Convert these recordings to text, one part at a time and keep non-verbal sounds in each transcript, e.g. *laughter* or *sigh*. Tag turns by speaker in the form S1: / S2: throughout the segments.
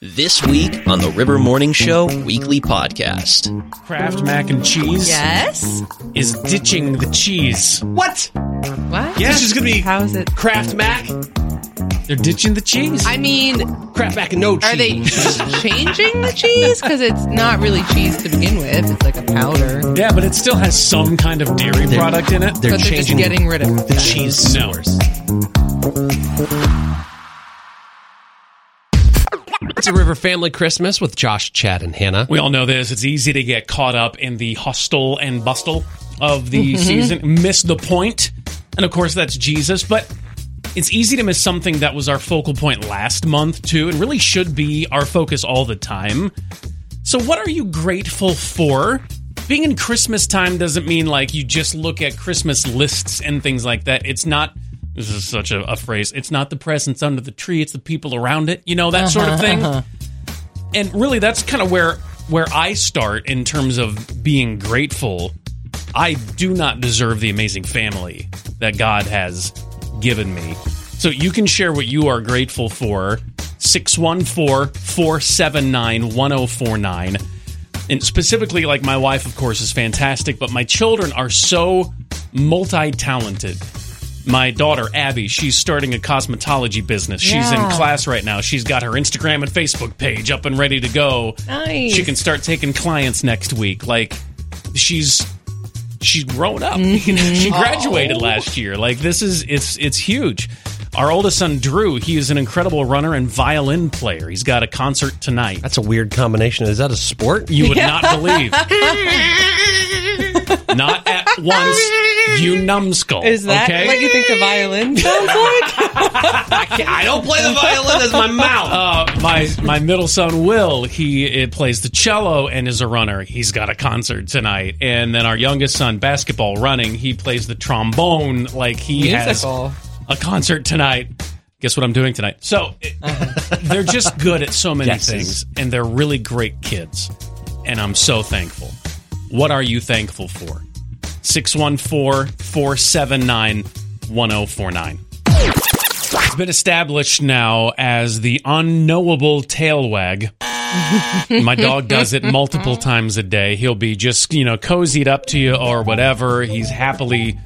S1: This week on the River Morning Show Weekly Podcast.
S2: Kraft mac and cheese
S3: Yes.
S2: is ditching the cheese. What?
S3: What?
S2: This is gonna be
S3: How is it?
S2: Kraft mac. They're ditching the cheese.
S3: I mean,
S2: Kraft mac and no cheese.
S3: are they *laughs* changing the cheese? Because it's not really cheese to begin with. It's like a powder.
S2: yeah, but it still has some kind of dairy product in it.
S1: They're
S3: but they're just
S1: changing
S3: getting rid of
S1: the
S3: that.
S1: cheese
S2: No.
S1: source.
S4: It's a River Family Christmas with Josh, Chad, and Hannah.
S2: We all know this. It's easy to get caught up in the hustle and bustle of the
S4: Mm-hmm.
S2: season, miss the point, and of course that's Jesus. But it's easy to miss something that was our focal point last month too, and really should be our focus all the time. So, what are you grateful for? Being in Christmas time doesn't mean like you just look at Christmas lists and things like that. It's not. This is such a, a phrase. It's not the presents under the tree. It's the people around it. You know that sort of thing and really that's kind of where where I start in terms of being grateful. I do not deserve the amazing family that God has given me. So you can share what you are grateful for 614-479-1049. And specifically like my wife of course is fantastic, but my children are so multi-talented. My daughter Abby, she's starting a cosmetology business. She's in
S3: Yeah.
S2: class right now. She's got her Instagram and Facebook page up and ready to go.
S3: Nice.
S2: She can start taking clients next week. Like she's she's grown up. *laughs* You know, she
S3: Mm-hmm.
S2: graduated
S3: Oh.
S2: last year. Like this is it's it's huge. Our oldest son Drew, he is an incredible runner and violin player. He's got a concert tonight.
S4: That's a weird combination. Is that a sport?
S2: You would
S3: *laughs*
S2: not believe. not at once, you numbskull.
S3: Is that
S2: okay?
S3: what you think the violin sounds like?
S4: I don't play the violin as my mouth.
S2: *laughs* Uh, my my middle son Will, he uh plays the cello and is a runner. He's got a concert tonight, and then our youngest son, basketball running, he plays the trombone. Like he
S3: Musical.
S2: has a concert tonight. Guess what I'm doing tonight? So it-
S4: Uh-huh.
S2: they're just good at so many things, and they're really great kids, and I'm so thankful. What are you thankful for? 614 479 1049. It's been established now as the unknowable tail wag. My dog does it multiple
S3: Mm-hmm.
S2: times a day. He'll be just, you know, cozied up to you or whatever. He's happily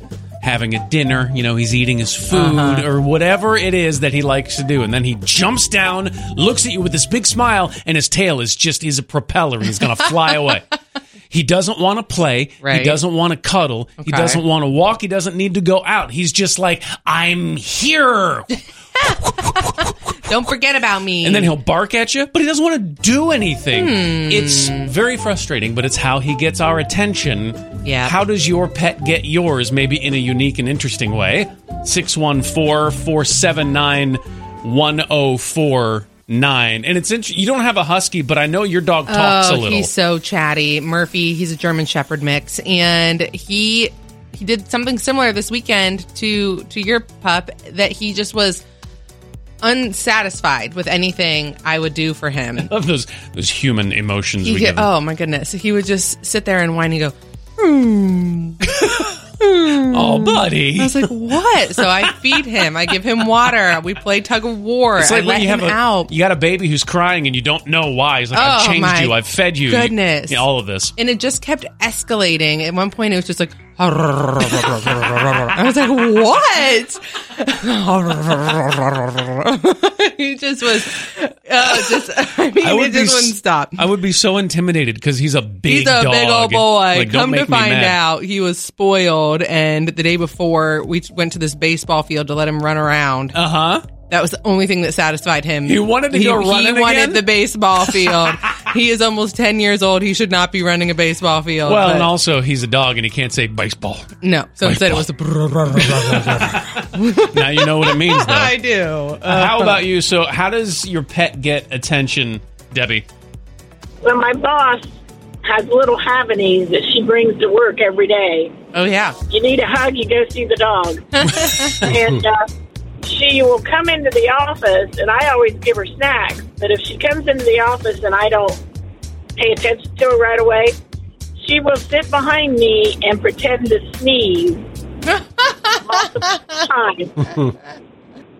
S2: having a dinner, you know, he's eating his food
S3: Uh-huh.
S2: or whatever it is that he likes to do. And then he jumps down, looks at you with this big smile, and his tail is just, he's a propeller and he's going to fly
S3: *laughs*
S2: away. He doesn't want to play. He
S3: Right.
S2: doesn't want to cuddle. He
S3: Okay.
S2: doesn't want to walk. He doesn't need to go out. He's just like, I'm here.
S3: Don't forget about me.
S2: And then he'll bark at you, but he doesn't want to do anything.
S3: Hmm.
S2: It's very frustrating, but it's how he gets our attention.
S3: Yeah.
S2: How does your pet get yours, maybe in a unique and interesting way? 614 479 1049. And it's interesting. You don't have a husky, but I know your dog talks
S3: oh,
S2: a little.
S3: he's so chatty. Murphy, he's a German Shepherd mix, and he he did something similar this weekend to to your pup that he just was unsatisfied with anything I would do for him.
S2: Of those, those human emotions
S3: He
S2: we get.
S3: could- oh my goodness. He would just sit there and whine and go,
S2: oh, buddy.
S3: I was like, what? so I feed him. I give him water. We play tug of war.
S2: It's like
S3: I
S2: when
S3: let
S2: you
S3: him
S2: have a,
S3: out.
S2: you got a baby who's crying and you don't know why. He's like,
S3: Oh,
S2: I've changed
S3: my
S2: you, I've fed you, you-
S3: goodness.
S2: yeah, all of this.
S3: and it just kept escalating. At one point, it was just like, *laughs* I was like, what? *laughs* he just was, uh, just, *laughs* I mean,
S2: I
S3: it just
S2: s-
S3: wouldn't stop.
S2: I would be so intimidated because he's a big
S3: He's a
S2: dog.
S3: big old boy.
S2: Like, don't
S3: Come to
S2: make me
S3: find
S2: mad.
S3: out, he was spoiled. And the day before, we went to this baseball field to let him run around.
S2: Uh huh.
S3: That was the only thing that satisfied him.
S2: He wanted to go running
S3: He wanted
S2: again?
S3: the
S2: *laughs*
S3: baseball field. he is almost ten years old. He should not be running a baseball field.
S2: Well, and
S3: but-
S2: also he's a dog and he can't say baseball.
S3: no. So instead, it was a
S2: *laughs* now you know what it
S3: *laughs*
S2: means, though. Uh,
S3: I do.
S2: how about you? So, how does your pet get attention, Debbie?
S5: Well, my boss has little Havanese that she brings to work every day.
S3: oh yeah.
S5: You need a hug, you go see the dog. and uh, she will come into the office, and I always give her snacks. But if she comes into the office and I don't pay attention to her right away, she will sit behind me and pretend to sneeze multiple times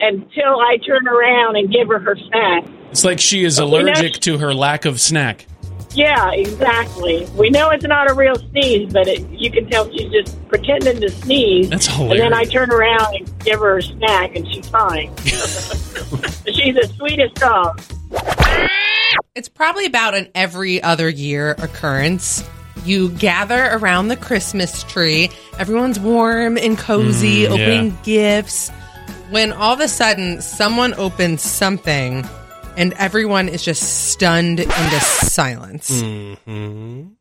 S5: until I turn around and give her her snack.
S2: It's like she is
S5: we know
S2: allergic
S5: she-
S2: to her lack of snack.
S5: Yeah, exactly. We know it's not a real sneeze, but it, you can tell she's just pretending to sneeze.
S2: That's
S5: And then I
S2: hilarious.
S5: turn around and give her a snack, and she's fine. *laughs* she's the sweetest dog.
S3: It's probably about an every other year occurrence. You gather around the Christmas tree. Everyone's warm and cozy, opening gifts. When all of a sudden someone opens something and everyone is just stunned into silence.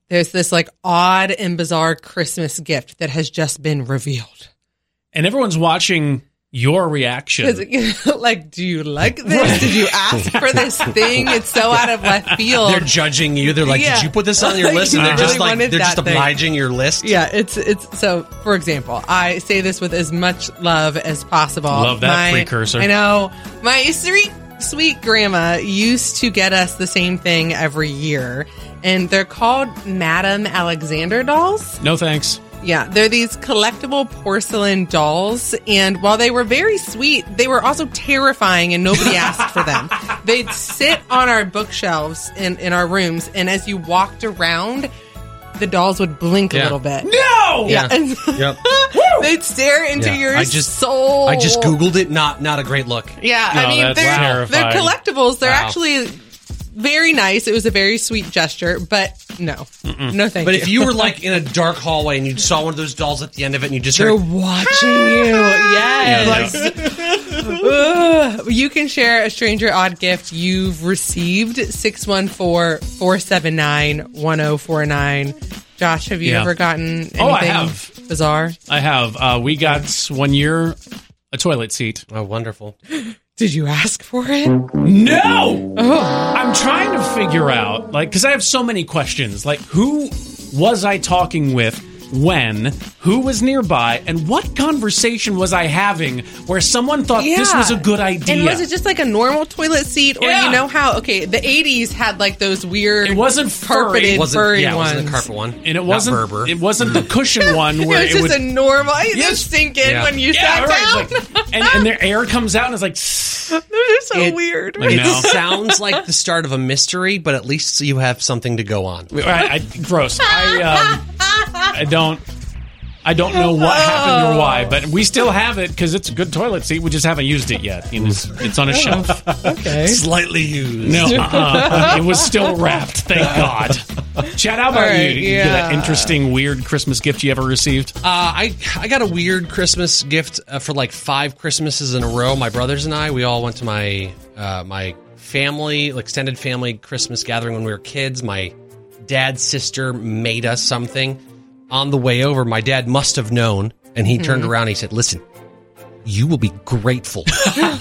S3: There's this like odd and bizarre Christmas gift that has just been revealed. *laughs*
S2: And everyone's watching your reaction.
S3: It's like, *laughs* like, do you like this? Did you ask for this thing? It's so out of left field.
S4: They're judging you. They're like,
S3: Yeah.
S4: "Did you put this on your
S3: Like,
S4: list?"
S3: *laughs*
S4: And
S3: you
S4: they're just
S3: really
S4: like,
S3: wanted
S4: they're just
S3: that thing.
S4: obliging your list.
S3: Yeah, it's it's so. For example, I say this with as much love as possible.
S2: Love that precursor.
S3: I know my sweet sweet grandma used to get us the same thing every year, and they're called Madame Alexander dolls.
S2: No thanks.
S3: Yeah, they're these collectible porcelain dolls. And while they were very sweet, they were also terrifying and nobody asked for them. They'd sit on our bookshelves in, in our rooms. And as you walked around, the dolls would blink a
S4: Yeah.
S3: little bit.
S2: No!
S3: Yeah. and
S4: Yep.
S3: *laughs* they'd stare into
S4: Yeah,
S3: your
S4: I just-
S3: soul.
S4: I just googled it. Not not a great look.
S3: Yeah,
S2: No,
S3: I mean
S2: that's
S3: they're they're
S2: terrifying.
S3: collectibles. They're
S4: Wow.
S3: actually very nice. It was a very sweet gesture, but no, no thank
S4: But
S3: you.
S4: if you were like in a dark hallway and you saw one of those dolls at the end of it and you just
S3: They're
S4: heard,
S3: watching you. Yes. Ugh. You can share a stranger odd gift you've received 614-479-1049. Josh, have you
S2: Yeah.
S3: ever gotten anything
S2: Oh, I have.
S3: bizarre?
S2: I have. Uh, we got one year a toilet seat.
S4: "Oh, wonderful."
S3: Did you ask for it? Oh.
S2: No! I'm trying to figure out, like, because I have so many questions. Like, who was I talking with? When? Who was nearby? And what conversation was I having where someone thought this was a good idea?
S3: And was it just like a normal toilet seat, or
S2: Yeah.
S3: you know how? Okay, the '80s had like those weird.
S2: It wasn't furry.
S3: carpeted,
S2: It
S4: Wasn't
S3: furry
S4: yeah, it
S3: ones.
S4: wasn't a carpet one,
S2: and it
S4: Not
S2: wasn't.
S4: Berber.
S2: It wasn't the
S3: *laughs*
S2: cushion one where
S3: it
S2: it,
S3: was just
S2: would.
S3: a normal. I
S2: Yes.
S3: just stinking
S4: Yeah.
S3: when you
S2: yeah,
S3: sat
S2: right,
S3: *laughs* down.
S2: it's like- and, and their air comes out and it's like, "Tss."
S3: They're so
S4: It-
S3: weird.
S2: Like,
S4: it
S2: No.
S4: sounds like the start of a mystery, but at least you have something to go on.
S2: All right, I, gross. I, um, I don't. I don't know what happened or why, but we still have it because it's a good toilet seat. We just haven't used it yet. And it's, it's on a shelf.
S3: Oh, Okay.
S4: Slightly used.
S3: *laughs*
S2: No, uh-uh. it was still wrapped. Thank God. Chad, how about
S3: All right,
S2: you? Did you get that
S3: yeah.
S2: interesting, weird Christmas gift you ever received?
S4: Uh, I I got a weird Christmas gift uh, for like five Christmases in a row. My brothers and I, we all went to my uh, my family, like, extended family Christmas gathering when we were kids. My dad's sister made us something. On the way over, my dad must have known, and he turned around. and He said, "Listen, you will be grateful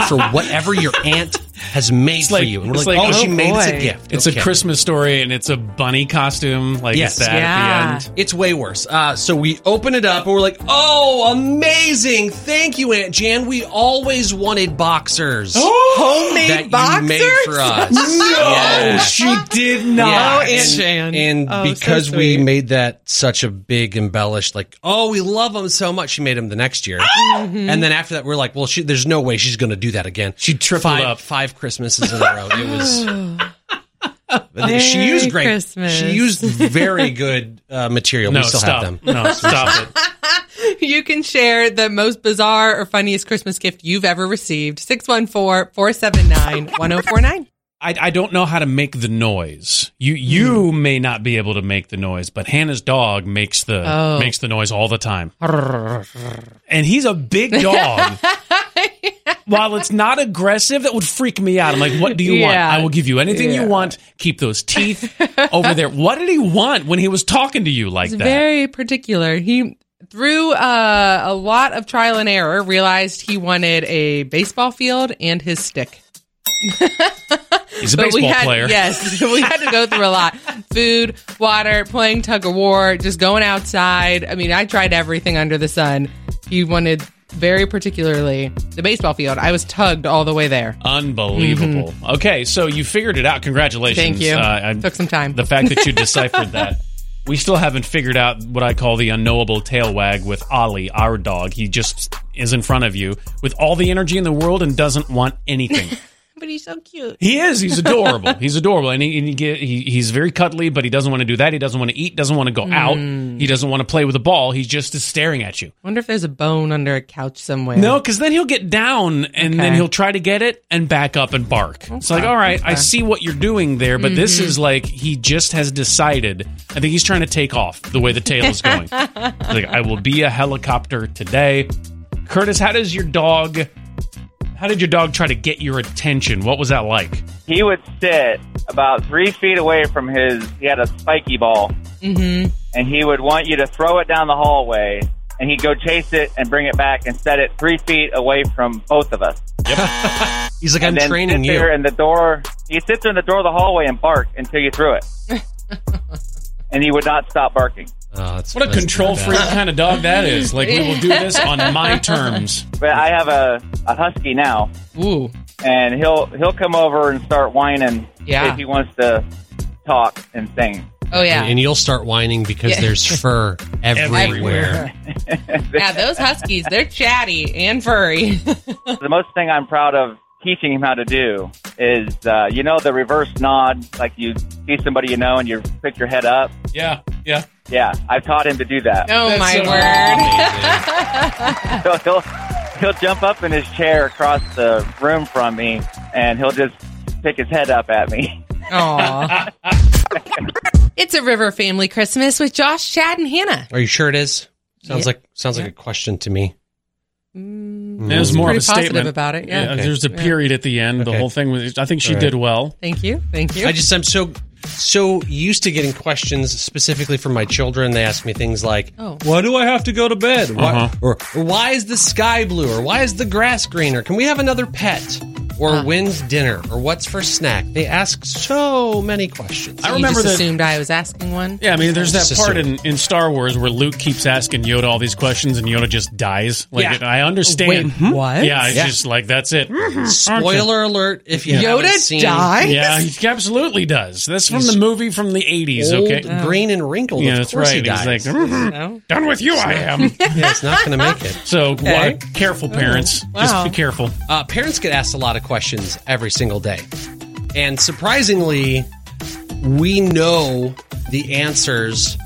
S4: for whatever your aunt has made for
S2: like-
S4: you." And we're
S2: it's
S4: like,
S2: like,
S4: "Oh, she
S2: oh,
S4: made us a
S3: boy.
S4: gift.
S2: It's
S4: Okay.
S2: a Christmas story and it's a bunny costume. Like,
S4: Yes.
S2: it's that
S3: Yeah.
S2: at the end.
S4: It's way worse. Uh, so we open it up and we're like, oh, amazing. Thank you, Aunt Jan. We always wanted
S2: *gasps*
S4: boxers.
S3: Homemade
S4: that
S3: boxers?
S4: you made
S3: *laughs*
S4: for us.
S2: *laughs* No,
S4: Yeah.
S2: she did not.
S3: Oh, Aunt Jan.
S4: And
S3: Oh, so
S4: because we
S3: sweet.
S4: made that such a big embellished, like, oh, we love them so much, she made them the next
S3: Ah!
S4: year. Mm-hmm.
S3: Mm-hmm.
S4: And then after that, we're like, well, she, there's no way she's going to do that again.
S2: She tripled
S4: five,
S2: up.
S4: five Christmases in a row. It
S3: *gasps*
S4: was. But then she
S3: Merry
S4: used great.
S3: Christmas.
S4: She used very good uh, material.
S2: No,
S4: we still
S2: stop.
S4: have them.
S2: No,
S4: *laughs*
S2: stop it.
S3: You can share the most bizarre or funniest Christmas gift you've ever received. 614 479 *laughs* 1049.
S2: I, I don't know how to make the noise. You you
S3: Hmm.
S2: may not be able to make the noise, but Hannah's dog makes the
S3: Oh.
S2: makes the noise all the
S3: *laughs*
S2: time. And he's a big dog. While it's not aggressive, that would freak me out. I'm like, what do you want?
S3: Yeah.
S2: I will give you anything you want. Keep those teeth over there. What did he want when he was talking to you like that?
S3: Very particular. He, through uh, a lot of trial and error, realized he wanted a baseball field and his stick.
S2: he's a baseball
S3: we had,
S2: player.
S3: Yes, *laughs* we had to go through a lot: food, water, playing tug of war, just going outside. I mean, I tried everything under the sun. He wanted very particularly the baseball field. I was tugged all the way there.
S2: Unbelievable. Okay, so you figured it out. Congratulations.
S3: Mm-hmm. Thank you.
S2: Uh, I-
S3: Took some time.
S2: the fact
S3: *laughs*
S2: that you deciphered that. We still haven't figured out what I call the unknowable tail wag with Ollie, our
S3: *laughs*
S2: dog. He just is in front of you with all the energy in the world and doesn't want anything.
S3: but he's so cute.
S2: He is. He's adorable. he's adorable, and, he, and he, get, he he's very cuddly, but he doesn't want to do that. He doesn't want to eat. Doesn't want to go out.
S3: Mm.
S2: He doesn't want to play with a ball. He just is staring at you.
S3: Wonder if there's a bone under a couch somewhere.
S2: No, because then he'll get down and then
S3: Okay.
S2: he'll try to get it and back up and bark. It's like, all right, I see what you're doing there, but this is like he just has decided. I think he's trying to take off the way the tail is going. He's like, I will be a helicopter today. Curtis, how does your dog? How did your dog try to get your attention? What was that like?
S6: he would sit about three feet away from his. He had a spiky ball,
S3: Mm-hmm.
S6: and he would want you to throw it down the hallway, and he'd go chase it and bring it back and set it three feet away from both of us.
S4: He's like, I'm
S6: and then
S4: training
S6: sit
S4: you.
S6: there in the door. He'd sit there in the door of the hallway and bark until you threw it, and he would not stop barking.
S4: Oh, that's-
S2: What a
S4: that's
S2: control
S4: bad.
S2: freak kind of dog that is. Like, we will do this on *laughs* my terms.
S6: But I have a, a husky now,
S3: Ooh.
S6: and he'll he'll come over and start whining
S3: Yeah.
S6: if he wants to talk and sing.
S3: Oh yeah.
S4: And you'll start whining because
S3: Yeah. *laughs*
S4: there's fur everywhere.
S2: *laughs*
S3: yeah, those huskies, they're chatty and furry.
S6: the most thing I'm proud of teaching him how to do is, uh, you know, the reverse nod, like you see somebody you know and you pick your head up.
S2: Yeah, yeah.
S6: Yeah, I've taught him to do that.
S3: Oh my
S2: so
S3: word.
S6: *laughs* So he'll he'll jump up in his chair across the room from me, and he'll just pick his head up at me.
S3: Aw. it's a River Family Christmas with Josh, Chad, and Hannah.
S4: Are you sure it is?
S3: Yeah.
S4: Sounds
S3: Mm.
S4: like sounds like a question to me. Mm.
S2: It was more of
S3: Pretty
S2: a
S3: positive
S2: statement
S3: about it. Yeah.
S4: Okay.
S2: There's a period at the end. The
S4: Okay.
S2: whole thing was. I think she
S4: All right.
S2: did well.
S3: Thank you. Thank you.
S4: I just I'm so so used to getting questions specifically from my children. They ask me things like,
S3: Oh.
S4: "Why do I have to go to bed?" Why,
S2: Uh-huh.
S4: Or "Why is the sky blue?" Or "Why is the grass green?" Or "Can we have another pet?" Or "When's dinner?" Or "What's for snack?" They ask so many questions.
S2: I
S3: You
S2: remember
S3: just
S2: that.
S3: assumed I was asking one.
S2: Yeah, I mean, there's that
S4: Sister.
S2: part in, in Star Wars where Luke keeps asking Yoda all these questions, and Yoda just dies. Like,
S4: Yeah.
S2: I understand.
S3: Wait, what?
S2: Yeah, it's
S4: Yeah.
S2: just like that's it.
S4: Spoiler alert! If you haven't
S3: Yoda
S4: seen
S3: died?
S2: Yeah, he absolutely does. That's from the movie from the '80s.
S4: old,
S2: Okay.
S4: green and wrinkled.
S2: Yeah,
S4: of
S2: that's
S4: course
S2: right.
S4: he dies.
S2: He's like, "Mhm,
S3: No?
S2: done with you, I am.
S4: yeah, it's not going to make it.
S2: So,
S4: Okay.
S2: wa- careful, parents. Just
S3: Wow.
S2: be careful.
S4: Uh, parents get asked a lot of questions every single day. And surprisingly, we know the answers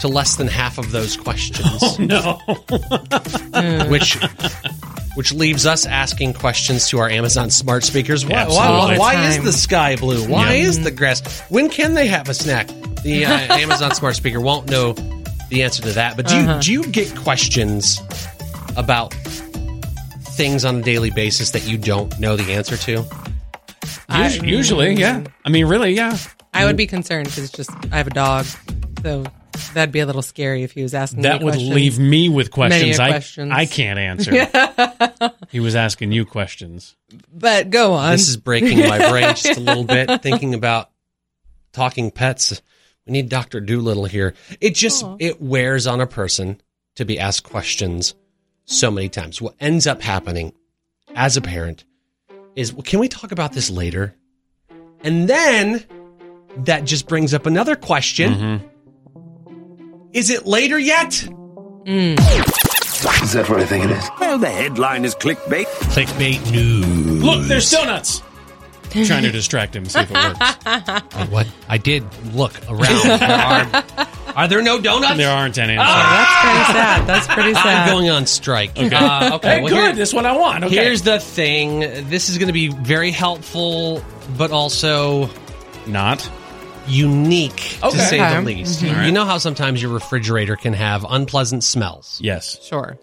S4: to less than half of
S2: *laughs*
S4: those questions,
S2: Oh, No.
S4: *laughs* which which leaves us asking questions to our Amazon smart speakers. Why,
S2: Absolutely.
S4: why, why is
S3: Time.
S4: the sky blue? Why
S2: Yeah.
S4: is the grass? When can they have a snack? The uh, Amazon smart speaker won't know the answer to that. But do you do you get questions about things on a daily basis that you don't know the answer to?
S2: Us- usually, yeah. I mean, really, yeah.
S3: I would be concerned because it's just I have a dog, so that'd be a little scary if he was asking.
S2: That
S3: me
S2: would
S3: questions.
S2: leave me with questions, I,
S3: questions.
S2: I can't answer. he was asking you questions.
S3: But go on.
S4: This is breaking my brain just a little bit thinking about talking pets. We need Dr. Doolittle here. It just it wears on a person to be asked questions so many times. What ends up happening as a parent is well, can we talk about this later? And then that just brings up another question. Is it later yet?
S7: Is that what I think it is?
S8: Well, the headline is clickbait.
S4: Clickbait news.
S2: Look, there's donuts. Trying to distract him, see if it *laughs* works.
S4: What I did look around. *laughs* There are, are there no donuts?
S2: There aren't any. I'm sorry.
S3: That's pretty sad. That's pretty sad.
S4: I'm going on strike.
S3: *laughs*
S4: Okay.
S3: Ah,
S4: Uh, okay.
S2: Hey,
S4: well,
S2: good.
S4: here-
S2: this one I want. Okay.
S4: Here's the thing. This is going to be very helpful, but also
S2: not.
S4: unique
S2: Okay.
S4: to say the
S3: Okay. Mm-hmm.
S4: least.
S2: All right.
S4: You know how sometimes your refrigerator can have unpleasant smells.
S2: Yes.
S3: Sure.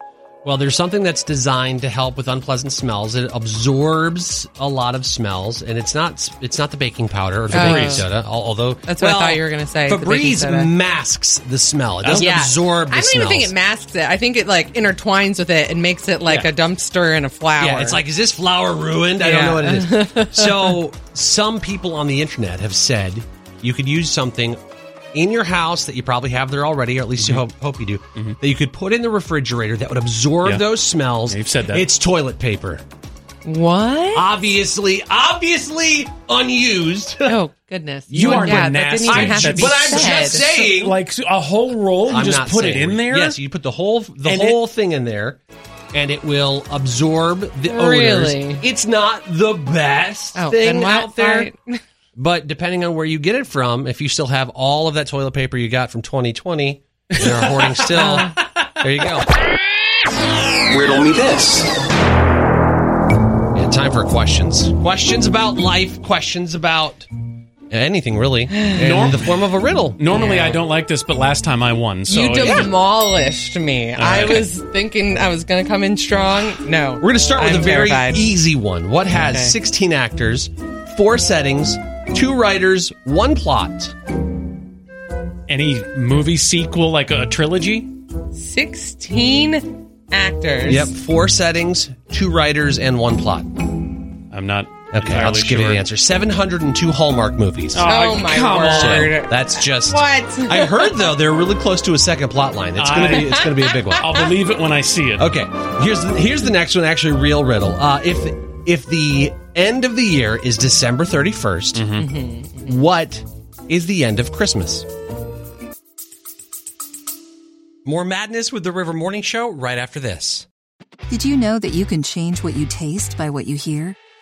S4: Well, there's something that's designed to help with unpleasant smells. It absorbs a lot of smells, and it's not it's not the baking powder or the baking
S3: Febreze.
S4: soda. al- Although
S3: Oh. That's what I thought you were gonna say, the baking soda.
S4: Febreze masks the smell. It doesn't absorb. The
S3: I don't even think
S4: smells.
S3: it masks it. I think it like intertwines with it and makes it like
S4: Yeah.
S3: a dumpster and a flower.
S4: Yeah, it's like, is this flower ruined? I
S3: Yeah.
S4: don't know
S2: *laughs*
S4: what it is. so, some people on the internet have said you could use something in your house that you probably have there already, or at least you
S2: Mm-hmm.
S4: hope, hope you do, that you could put in the refrigerator that would absorb
S2: Yeah.
S4: those smells.
S2: Yeah, you've said that.
S4: It's toilet paper.
S3: what?
S4: Obviously, obviously unused.
S3: oh goodness!
S2: You
S3: Well,
S2: are
S3: yeah,
S2: the
S3: that
S2: nasty.
S3: didn't even have to
S2: That's-
S3: be
S4: but I'm
S3: said.
S4: just saying.
S2: Like a whole roll. You
S4: I'm
S2: just
S4: not
S2: put it
S4: saying
S2: in
S4: we-
S2: there.
S4: Yes, you put the whole the
S2: And it-
S4: whole thing in there, and it will absorb the
S3: Really?
S4: odors. It's not the best
S3: Oh,
S4: thing
S3: then why-
S4: out there.
S3: why-
S4: But depending on where you get it from, if you still have all of that toilet paper you got from 2020 and are hoarding *laughs* still, there you go.
S8: Riddle me this.
S4: Yeah, time for questions. Questions about life, questions about anything really, in
S2: Norm-
S4: the form of a riddle.
S2: Normally I don't like this, but last time I won. So
S3: you demolished me. I
S2: right.
S3: was thinking I was going to come in strong. No.
S4: We're going to start with
S3: I'm
S4: a very e-
S3: terrified.
S4: easy one. What has
S3: Okay.
S4: 16 actors, four settings, two writers, one plot?
S2: any movie sequel like a trilogy?
S3: 16 actors.
S4: Yep, four settings, two writers, and one plot.
S2: I'm not.
S4: Okay,
S2: entirely
S4: I'll just give you
S2: sure.
S4: the answer. 702 Hallmark movies.
S3: Oh, my
S2: come
S3: word.
S4: So
S2: on.
S4: that's just.
S3: What?
S4: I heard though they're really close to a second plot line. It's gonna be it's gonna be a big one.
S2: I'll believe it when I see it.
S4: Okay, here's the, here's the next one. Actually, real riddle. Uh, if if the end of the year is December 31st, what is the end of Christmas? More madness with the River Morning Show right after this.
S7: Did you know that you can change what you taste by what you hear?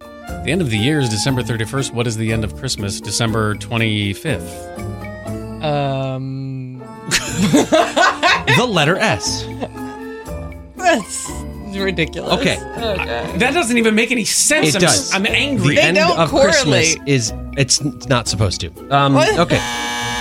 S2: The end of the year is December 31st. What is the end of Christmas? December 25th.
S3: Um,
S4: The letter S.
S3: that's ridiculous.
S4: Okay.
S2: That doesn't even make any sense.
S4: It
S2: I'm,
S4: does.
S2: I'm angry.
S4: The end
S3: don't
S4: of Christmas
S3: correlate.
S4: is it's it's not supposed to. Um, okay.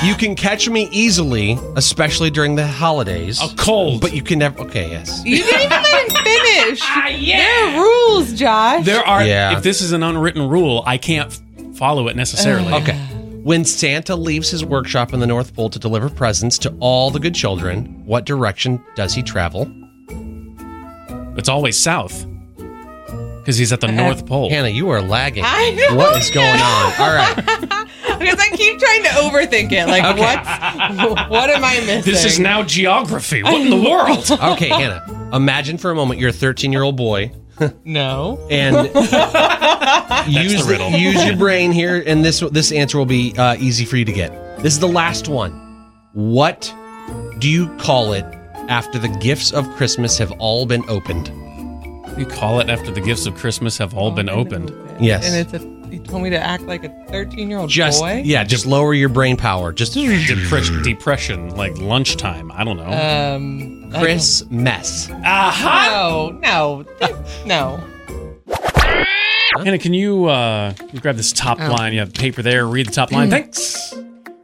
S4: You can catch me easily, especially during the holidays.
S2: a cold.
S4: But you can never. Okay, yes.
S3: You didn't even let him finish. There are rules, Josh. *laughs*
S2: there are.
S4: Yeah.
S2: If this is an unwritten rule, I can't f- follow it necessarily.
S4: Uh, Okay. When Santa leaves his workshop in the North Pole to deliver presents to all the good children, what direction does he travel?
S2: It's always south because he's at
S4: Uh,
S2: the North Pole.
S4: Hannah, you are lagging.
S3: I don't
S4: what is going
S3: know.
S4: on? All right.
S3: Because I keep trying to overthink it. Like,
S4: Okay.
S3: what's, what am I missing?
S2: This is now geography. What in the world?
S4: Okay, Hannah. Imagine for a moment you're a 13 year old boy
S3: No.
S2: *laughs*
S4: and
S2: the
S4: use,
S2: riddle.
S4: use your brain here, and this this answer will be uh, easy for you to get. This is the last one. What do you call it after the gifts of Christmas have all been opened?
S2: *laughs* You call it after the gifts of Christmas have all been opened.
S4: Yes.
S3: And it's a, you told me to act like a 13 year old
S4: Just
S3: boy?
S4: yeah, just lower your brain power. Just
S2: Depres- depression, like lunchtime. I don't know.
S4: Uh,
S3: Um, I
S4: Chris Mess.
S2: Aha!
S3: don't- No, no, th- no.
S4: uh-huh.
S2: Hannah, can you uh, grab this top
S4: Oh.
S2: line? You have paper there. Read the top
S4: Mm.
S2: line. Thanks.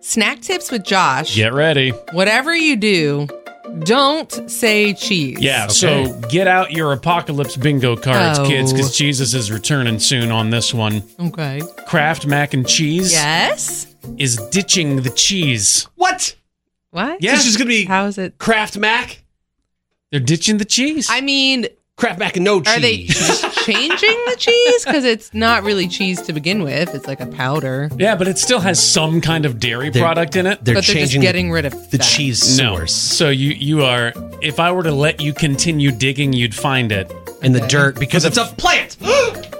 S3: Snack tips with Josh.
S2: Get ready.
S3: Whatever you do, don't say cheese.
S2: Yeah. So get out your apocalypse bingo cards,
S3: Oh.
S2: kids, because Jesus is returning soon on this one.
S3: Okay.
S2: Kraft mac and cheese
S3: Yes.
S2: is ditching the cheese.
S4: What?
S3: What?
S2: Yeah.
S4: This is gonna be
S3: How is it?
S4: Kraft Mac,
S2: They're ditching the cheese.
S3: I mean,
S4: Kraft Mac and no cheese.
S3: are they changing the cheese? Because it's not really cheese to begin with. It's like a powder.
S2: yeah, but it still has some kind of dairy
S4: They're-
S2: product in it.
S4: They're
S3: but they're just
S4: changing
S3: getting rid of
S4: the
S3: that. *laughs*
S4: cheese source
S2: So you you are. If I were to let you continue digging, you'd find it.
S4: and the dirt
S2: *laughs*
S4: because it's a
S3: *gasps*
S4: plant.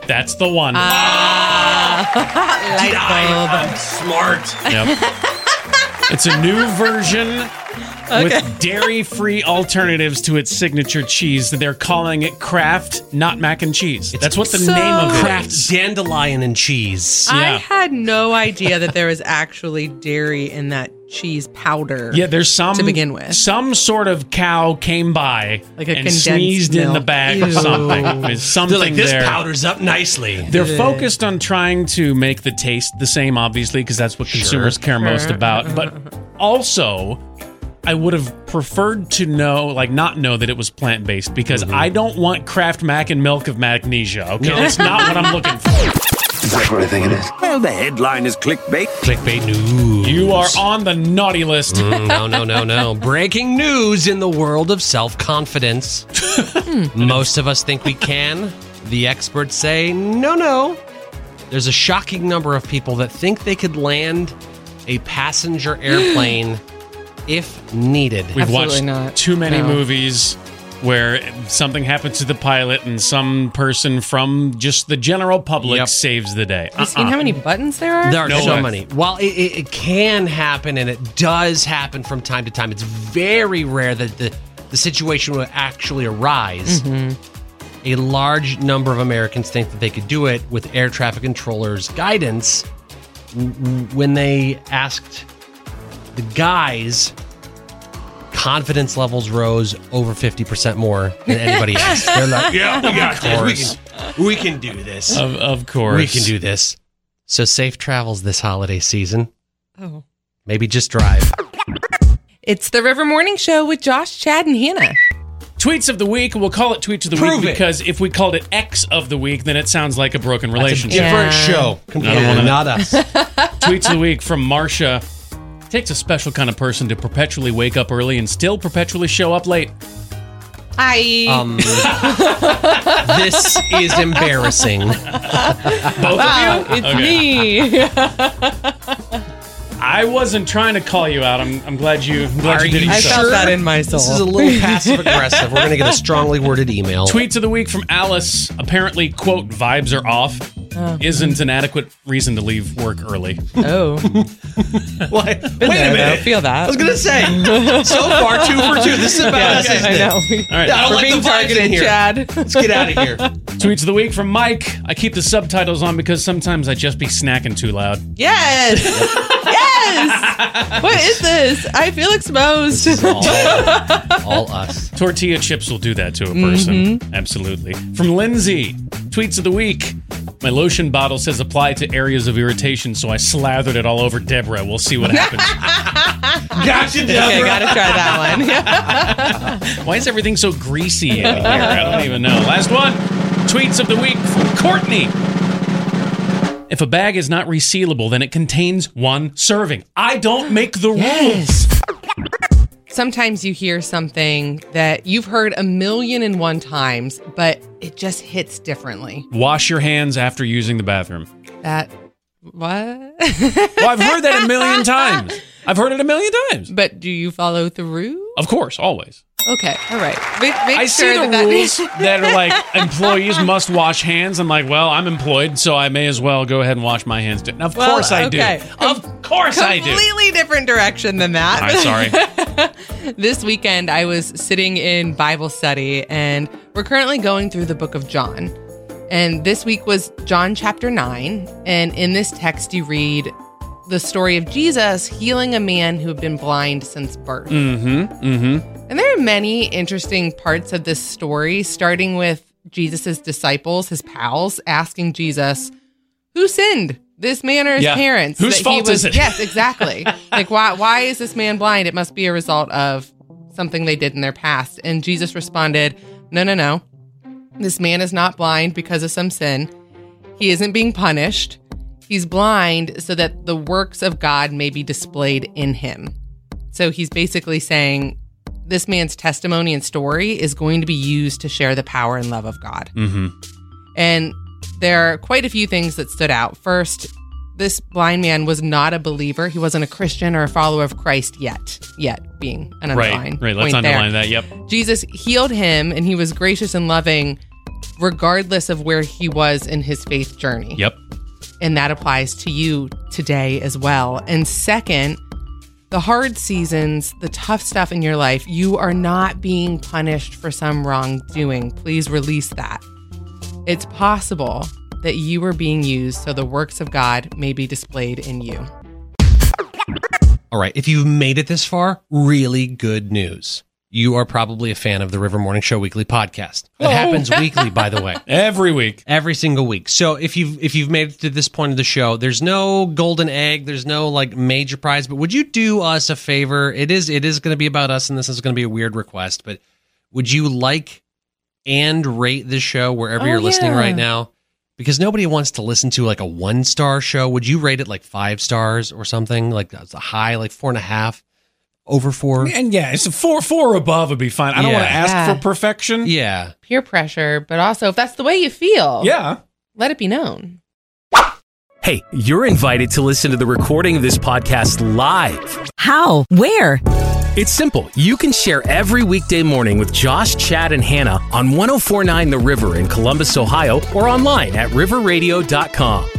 S2: That's the one.
S3: Light bulb.
S4: I'm smart.
S2: Yep. it's a new version with dairy-free alternatives to its signature cheese. They're calling it Kraft, not mac and cheese. That's what the
S3: So-
S2: name of it is.
S4: Kraft dandelion and cheese.
S2: Yeah.
S3: I had no idea that there was actually dairy in that cheese powder.
S2: Yeah, there's some
S3: To begin with.
S2: Some sort of cow came by
S3: Like a
S2: and
S3: condensed
S2: sneezed in the
S3: milk.
S2: bag or
S3: Ew. *laughs*
S2: something. There's something
S4: They're like this
S2: there.
S4: powders up nicely.
S2: They're focused on trying to make the taste the same, obviously, because that's what consumers care most about.
S3: *laughs*
S2: But also, I would have preferred to know, like, not know that it was plant
S4: Mm-hmm. *laughs*
S2: based because I don't want Kraft Mac and Milk of Magnesia. Okay, that's not what I'm looking for.
S8: Is that what I think it is? Well, the headline is clickbait.
S4: Clickbait news.
S2: You are on the naughty list.
S4: Mm, no, no,
S2: *laughs*
S4: no, no. Breaking news in the world of self confidence.
S2: Hmm.
S4: Most of us think we can. The experts say, no, no. There's a shocking number of people that think they could land a
S2: *gasps*
S4: passenger airplane if needed.
S2: We've watched
S3: Absolutely not.
S2: too many
S3: No.
S2: movies where something happens to the pilot and some person from just the general public
S4: Yep.
S2: saves the day.
S3: You seen
S2: Uh-uh.
S3: how many buttons there are?
S4: There are
S2: No
S4: so
S2: way.
S4: many. While it, it, it can happen and it does happen from time to time, it's very rare that the, the situation will actually arise. A large number of Americans think that they could do it with air traffic controllers' guidance. W- w- When they asked the guys, confidence levels rose over 50% more than *laughs* anybody else. They're like, yeah, we got this. We can, we can do this.
S2: Of, of course.
S4: We can do this. So safe travels this holiday season.
S3: Oh.
S4: Maybe just drive.
S3: It's the River Morning Show with Josh, Chad, and Hannah.
S2: Tweets of the week. We'll call it Tweets of the
S4: Prove
S2: Week
S4: it.
S2: because if we called it X of the Week, then it sounds like a broken relationship.
S3: Yeah.
S4: Different show. Completely
S2: wanna-
S4: not us.
S2: Tweets of the Week from Marsha. Takes a special kind of person to perpetually wake up early and still perpetually show up late.
S3: I
S4: Um, *laughs* this is embarrassing.
S2: Both
S3: wow,
S2: of you?
S3: it's
S2: Okay.
S4: *laughs*
S3: me.
S2: I wasn't trying to call you out. I'm, I'm glad you, I'm glad
S4: Are
S2: you did it
S4: you
S3: I
S2: yourself.
S4: sure?
S3: felt that in my soul.
S4: This is a little passive aggressive. We're going to get a strongly worded email. *laughs*
S2: Tweets of the week from Alice. Apparently, quote, vibes are off. Isn't an adequate reason to leave work early.
S3: oh,
S4: What? Wait a
S3: been there,
S4: minute.
S3: though. Feel that.
S4: I was going to say, so far, two for two. This is about us.
S3: I
S4: isn't it?
S3: know.
S2: All right.
S4: I don't
S3: We're
S4: like
S3: being
S4: the vibes in
S3: targeted,
S4: here.
S3: Chad.
S4: Let's get out of here.
S2: Tweets of the week from Mike. I keep the subtitles on because sometimes I just be snacking too loud.
S3: Yes. yes. What is this? I feel exposed.
S2: *laughs*
S4: All us.
S2: Tortilla chips will do that to a person. Absolutely. From Lindsay. Tweets of the week. My lotion bottle says apply to areas of irritation, so I slathered it all over Deborah. We'll see what happens.
S4: Gotcha,
S3: Okay, gotta try that one. *laughs*
S2: Why is everything so greasy in here? I don't even know. Last one. Tweets of the week from Courtney. If a bag is not resealable, then it contains one serving. I don't make the rules.
S3: Sometimes you hear something that you've heard a million and one times, but it just hits differently.
S2: Wash your hands after using the bathroom.
S3: That what? *laughs*
S2: Well, I've heard that a million times. I've heard it a million times.
S3: but do you follow through?
S2: Of course, always.
S3: Okay, all right. Make, make
S2: I
S3: sure
S2: see the
S3: that that *laughs*
S2: rules that are like employees must wash hands. I'm like, well, I'm employed, so I may as well go ahead and wash my hands. too. And Of
S3: Well,
S2: course I
S3: okay.
S2: do. Of course I do.
S3: completely different direction than that.
S2: I'm sorry.
S3: *laughs* this weekend I was sitting in Bible study and we're currently going through the book of John. And this week was John chapter 9. And in this text, you read the story of Jesus healing a man who had been blind since birth.
S2: Mm-hmm. Mm-hmm.
S3: And there are many interesting parts of this story, starting with Jesus' disciples, his pals, asking Jesus, who sinned? This man or his
S2: Yeah.
S3: parents?
S2: Whose
S3: that he
S2: fault
S3: was-
S2: is it? *laughs*
S3: Yes, exactly. like, why, why is this man blind? It must be a result of something they did in their past. And Jesus responded, No, no, no. This man is not blind because of some sin. He isn't being punished. He's blind so that the works of God may be displayed in him. So he's basically saying this man's testimony and story is going to be used to share the power and love of God.
S2: Mm-hmm.
S3: And there are quite a few things that stood out. First, this blind man was not a believer. He wasn't a Christian or a follower of Christ yet. Yet being an
S2: Right.
S3: underline.
S2: Right. Let's
S3: point there.
S2: underline that. Yep.
S3: Jesus healed him and he was gracious and loving regardless of where he was in his faith journey.
S2: Yep.
S3: And that applies to you today as well. And second, the hard seasons, the tough stuff in your life, you are not being punished for some wrongdoing. Please release that. It's possible that you are being used so the works of God may be displayed in you.
S4: All right, if you've made it this far, really good news. You are probably a fan of the River Morning Show weekly podcast. That happens weekly, by the way.
S2: Every week.
S4: Every single week. So if you've if you've made it to this point of the show, there's no golden egg, there's no like major prize, but would you do us a favor? It is it is gonna be about us and this is gonna be a weird request, but would you like and rate the show wherever
S3: Oh,
S4: you're listening
S3: yeah.
S4: right now? because nobody wants to listen to like a one star show. Would you rate it like five stars or something? Like that's a high, like four and a half, over four.
S2: And yeah, it's a four four or above would be fine. I don't want to
S4: Yeah.
S2: ask
S3: Yeah.
S2: for perfection.
S4: Yeah.
S3: Peer pressure, but also if that's the way you feel,
S2: Yeah.
S3: let it be known.
S9: Hey, you're invited to listen to the recording of this podcast live.
S10: How? Where?
S9: It's simple. You can share every weekday morning with Josh, Chad, and Hannah on 1049 The River in Columbus, Ohio, or online at riverradio.com.